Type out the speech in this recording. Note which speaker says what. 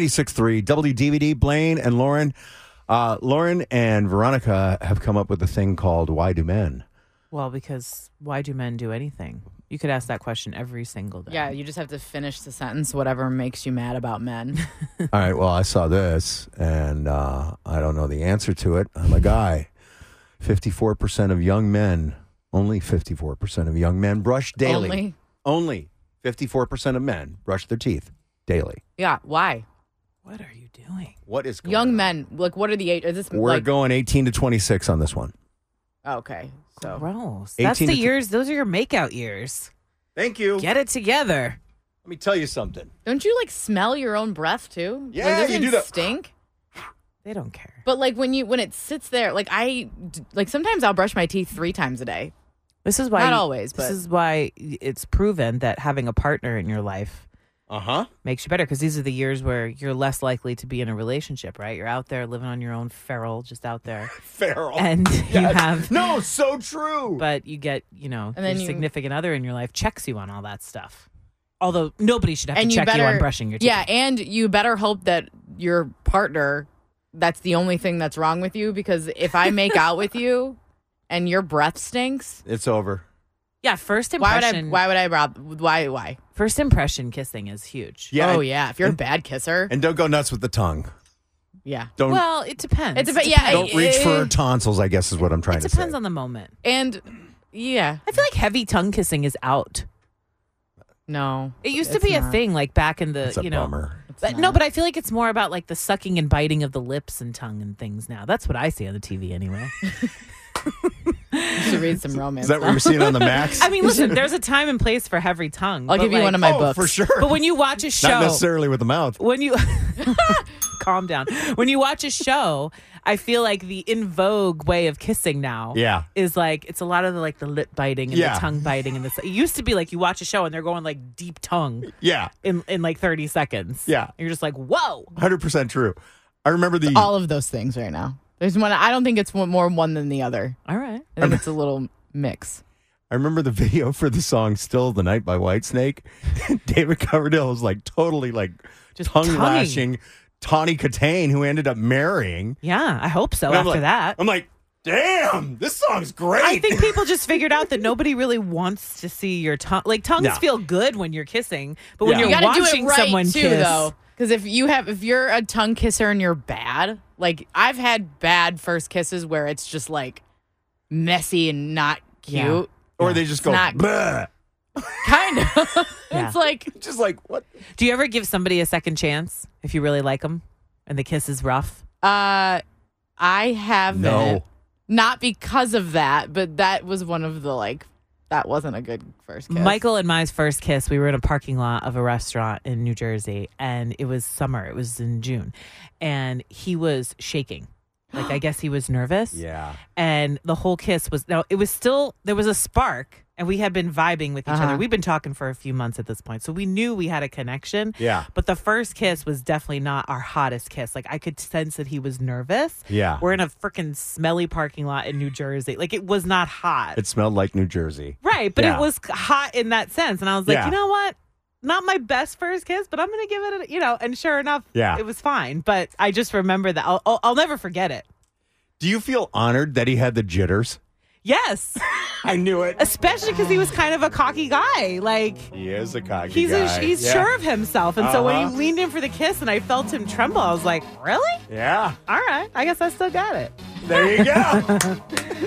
Speaker 1: 96.3 WDVD. Blaine and Lauren. Uh, Lauren and Veronica have come up with a thing called Why Do Men?
Speaker 2: Well, because why do men do anything? You could ask that question every single day.
Speaker 3: Yeah, you just have to finish the sentence, whatever makes you mad about men.
Speaker 1: All right, well, I saw this and uh, I don't know the answer to it. I'm a guy. 54% of young men, only 54% of young men brush daily.
Speaker 3: Only?
Speaker 1: Only 54% of men brush their teeth daily.
Speaker 3: yeah, why?
Speaker 2: What are you doing?
Speaker 1: What is going
Speaker 3: Young
Speaker 1: on?
Speaker 3: men, like, what are the age? Is this
Speaker 1: We're
Speaker 3: like,
Speaker 1: going 18 to 26 on this one.
Speaker 3: okay, so
Speaker 2: Gross. That's
Speaker 1: 18
Speaker 2: the
Speaker 1: Oh. to th-
Speaker 2: years. Those are your makeout years.
Speaker 1: Thank you.
Speaker 2: Get it together.
Speaker 1: Let me tell you something.
Speaker 3: don't you like smell your own breath too? Like,
Speaker 1: Yeah,
Speaker 3: doesn't
Speaker 1: you do
Speaker 3: it
Speaker 1: that.
Speaker 3: Stink.
Speaker 2: They don't care.
Speaker 3: But like when you when it sits there, like I d- like sometimes I'll brush my teeth three times a day.
Speaker 2: This is why
Speaker 3: Not always,
Speaker 2: This
Speaker 3: but-
Speaker 2: is why it's proven that having a partner in your life
Speaker 1: Uh huh.
Speaker 2: makes you better because these are the years where you're less likely to be in a relationship. Right? You're out there living on your own, feral, just out there,
Speaker 1: Feral.
Speaker 2: and you
Speaker 1: Oh, Yes.
Speaker 2: have.
Speaker 1: No, so true.
Speaker 2: But you get, you know,
Speaker 3: And then
Speaker 2: your
Speaker 3: you-
Speaker 2: significant other in your life checks you on all that stuff. Although nobody should have
Speaker 3: and
Speaker 2: to
Speaker 3: you
Speaker 2: check
Speaker 3: better
Speaker 2: you on brushing your teeth.
Speaker 3: Yeah, and you better hope that your partner that's the only thing that's wrong with you because if I make out with you and your breath stinks,
Speaker 1: it's over.
Speaker 2: yeah. First
Speaker 3: why would
Speaker 2: impression.
Speaker 3: I why would I rob why why?
Speaker 2: First impression kissing is huge.
Speaker 1: Yeah.
Speaker 3: oh
Speaker 1: and,
Speaker 3: yeah, if you're a bad kisser,
Speaker 1: And don't go nuts with the tongue.
Speaker 3: yeah.
Speaker 1: Don't
Speaker 2: Well, it depends.
Speaker 3: It depe- yeah,
Speaker 1: don't reach for
Speaker 3: eh.
Speaker 1: tonsils. I guess is what I'm trying
Speaker 2: it
Speaker 1: to
Speaker 2: depends
Speaker 1: say.
Speaker 2: on the moment.
Speaker 3: And yeah,
Speaker 2: I feel like heavy tongue kissing is out.
Speaker 3: no.
Speaker 2: It used
Speaker 3: It's
Speaker 2: to be a
Speaker 3: not.
Speaker 2: thing like back in the
Speaker 1: That's a
Speaker 2: you know.
Speaker 1: bummer.
Speaker 2: But no, but I feel like it's more about like the sucking and biting of the lips and tongue and things now. That's what I see on the TV anyway.
Speaker 3: You should read some romance.
Speaker 1: Is that what you're
Speaker 3: novels.
Speaker 1: seeing on the max?
Speaker 2: I mean, listen, there's a time and place for heavy tongue.
Speaker 3: I'll
Speaker 2: but,
Speaker 3: give you
Speaker 2: like-
Speaker 3: one of my
Speaker 1: oh,
Speaker 3: books.
Speaker 1: for sure.
Speaker 2: But when you watch a
Speaker 1: Not
Speaker 2: show,
Speaker 1: necessarily with the mouth.
Speaker 2: when you calm down, when you watch a show, I feel like the in vogue way of kissing now.
Speaker 1: Yeah.
Speaker 2: is like it's a lot of the like the lip biting and
Speaker 1: Yeah.
Speaker 2: the tongue biting and this. It used to be like you watch a show and they're going like deep tongue
Speaker 1: Yeah,
Speaker 2: in in like thirty seconds.
Speaker 1: Yeah.
Speaker 2: And you're just like whoa.
Speaker 1: hundred percent true. I remember the.
Speaker 3: All of those things right now. There's one I don't think it's one, more one than the other.
Speaker 2: All right.
Speaker 3: I think it's a little mix.
Speaker 1: I remember the video for the song "Still the Night" by Whitesnake. David Coverdale was like totally like
Speaker 2: Just
Speaker 1: tongue
Speaker 2: tonguing.
Speaker 1: lashing Tawny Catane, who ended up marrying.
Speaker 2: Yeah, I hope so.
Speaker 1: And I'm
Speaker 2: after
Speaker 1: like-
Speaker 2: that,
Speaker 1: I'm like, damn, this song's great.
Speaker 2: I think people just figured out that nobody really wants to see your tongue. Like tongues
Speaker 1: No.
Speaker 2: feel good when you're kissing, but when
Speaker 1: Yeah.
Speaker 2: you're
Speaker 3: You got to do
Speaker 2: watching
Speaker 3: it right
Speaker 2: someone
Speaker 3: too,
Speaker 2: kiss,
Speaker 3: though. Because if you have, if you're a tongue kisser and you're bad, like I've had bad first kisses where it's just like messy and not
Speaker 2: Yeah.
Speaker 3: cute,
Speaker 1: or they just go,
Speaker 3: not-
Speaker 1: "Bleh."
Speaker 3: kind of.
Speaker 2: Yeah.
Speaker 3: It's like
Speaker 1: just like what?
Speaker 2: do you ever give somebody a second chance if you really like them and the kiss is rough?
Speaker 3: uh, I have
Speaker 1: No.
Speaker 3: not because of that, but that was one of the like that wasn't a good first kiss.
Speaker 2: Michael and my first kiss, we were in a parking lot of a restaurant in New Jersey, and it was summer. It was in June, and he was shaking. Like I guess he was nervous.
Speaker 1: Yeah.
Speaker 2: and the whole kiss was no it was still there was a spark and we had been vibing with each
Speaker 3: Uh-huh.
Speaker 2: other we've been talking for a few months at this point so we knew we had a connection
Speaker 1: Yeah.
Speaker 2: but the first kiss was definitely not our hottest kiss like i could sense that he was nervous
Speaker 1: Yeah.
Speaker 2: we're in a freaking smelly parking lot in new jersey like it was not hot
Speaker 1: It smelled like New Jersey.
Speaker 2: right but
Speaker 1: Yeah.
Speaker 2: it was hot in that sense and i was like
Speaker 1: Yeah.
Speaker 2: you know what not my best first kiss but i'm gonna give it a you know and sure enough
Speaker 1: Yeah.
Speaker 2: it was fine but i just remember that i'll, I'll, I'll never forget it
Speaker 1: Do you feel honored that he had the jitters?
Speaker 2: yes
Speaker 1: I knew it.
Speaker 2: especially because he was kind of a cocky guy. Like
Speaker 1: He is a cocky
Speaker 2: he's
Speaker 1: guy.
Speaker 2: a, he's
Speaker 1: yeah.
Speaker 2: sure of himself, and so when
Speaker 1: Uh-huh.
Speaker 2: he leaned in for the kiss, and I felt him tremble, I was like, "Really?
Speaker 1: Yeah.
Speaker 2: All right, I guess I still got it."
Speaker 1: There you go.